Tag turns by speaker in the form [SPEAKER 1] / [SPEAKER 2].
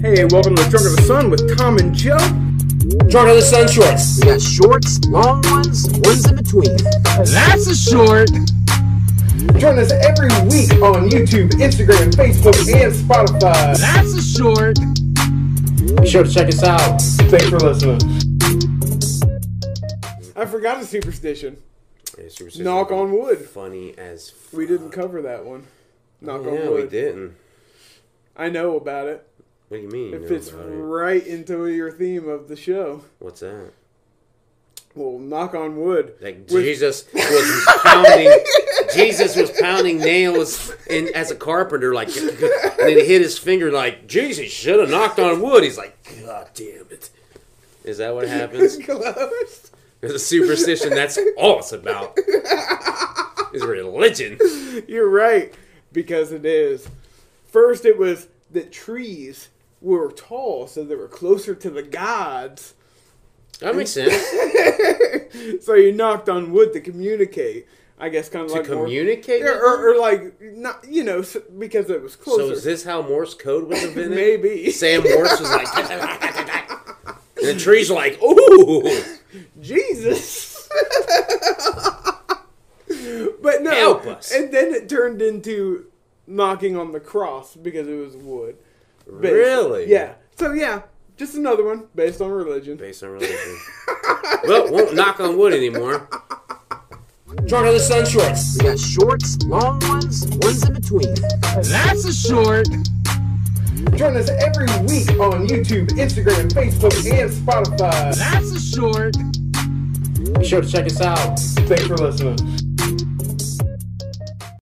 [SPEAKER 1] Hey, and welcome to Drunk of the Sun with Tom and Joe.
[SPEAKER 2] Drunk of the Sun shorts.
[SPEAKER 3] We got shorts, long ones, ones in between.
[SPEAKER 4] That's a short.
[SPEAKER 1] Join us every week on YouTube, Instagram, Facebook, and Spotify.
[SPEAKER 4] That's a short.
[SPEAKER 2] Be sure to check us out.
[SPEAKER 1] Thanks for listening. I forgot a superstition. Knock on wood.
[SPEAKER 3] Funny as fuck.
[SPEAKER 1] We didn't cover that one. Knock
[SPEAKER 3] Yeah,
[SPEAKER 1] on wood.
[SPEAKER 3] we didn't.
[SPEAKER 1] I know about it.
[SPEAKER 3] What do you mean? you
[SPEAKER 1] It
[SPEAKER 3] know
[SPEAKER 1] fits
[SPEAKER 3] about it?
[SPEAKER 1] right into your theme of the show.
[SPEAKER 3] What's that?
[SPEAKER 1] Well, knock on wood.
[SPEAKER 3] Like
[SPEAKER 1] With-
[SPEAKER 3] Jesus was pounding. Jesus was pounding nails in as a carpenter, like, and then he hit his finger. Like Jesus should have knocked on wood. He's like, God damn it. Is that what happens?
[SPEAKER 1] Close.
[SPEAKER 3] There's a superstition. That's all it's about. Is religion.
[SPEAKER 1] You're right, because it is. First, it was that trees were tall, so they were closer to the gods.
[SPEAKER 3] That makes sense.
[SPEAKER 1] So you knocked on wood to communicate. I guess kind of
[SPEAKER 3] To
[SPEAKER 1] like more-
[SPEAKER 3] communicate.
[SPEAKER 1] Yeah, or, or like not, you know, s- because it was
[SPEAKER 3] So
[SPEAKER 1] closer.
[SPEAKER 3] is this how Morse code was invented?
[SPEAKER 1] Maybe.
[SPEAKER 3] Sam Morse was like, and the trees were like, ooh,
[SPEAKER 1] Jesus. but no,
[SPEAKER 3] Help us.
[SPEAKER 1] and then it turned into knocking on the cross because it was wood. Based-
[SPEAKER 3] really?
[SPEAKER 1] Yeah. So yeah, just another one based on religion.
[SPEAKER 3] Based on religion. well, won't knock on wood anymore.
[SPEAKER 2] Drunk of the Sun shorts.
[SPEAKER 3] We got shorts, long ones, ones in between.
[SPEAKER 4] That's a short.
[SPEAKER 1] Join us every week on YouTube, Instagram, Facebook, and Spotify.
[SPEAKER 4] That's a short.
[SPEAKER 2] Be sure to check us out.
[SPEAKER 1] Thanks for listening.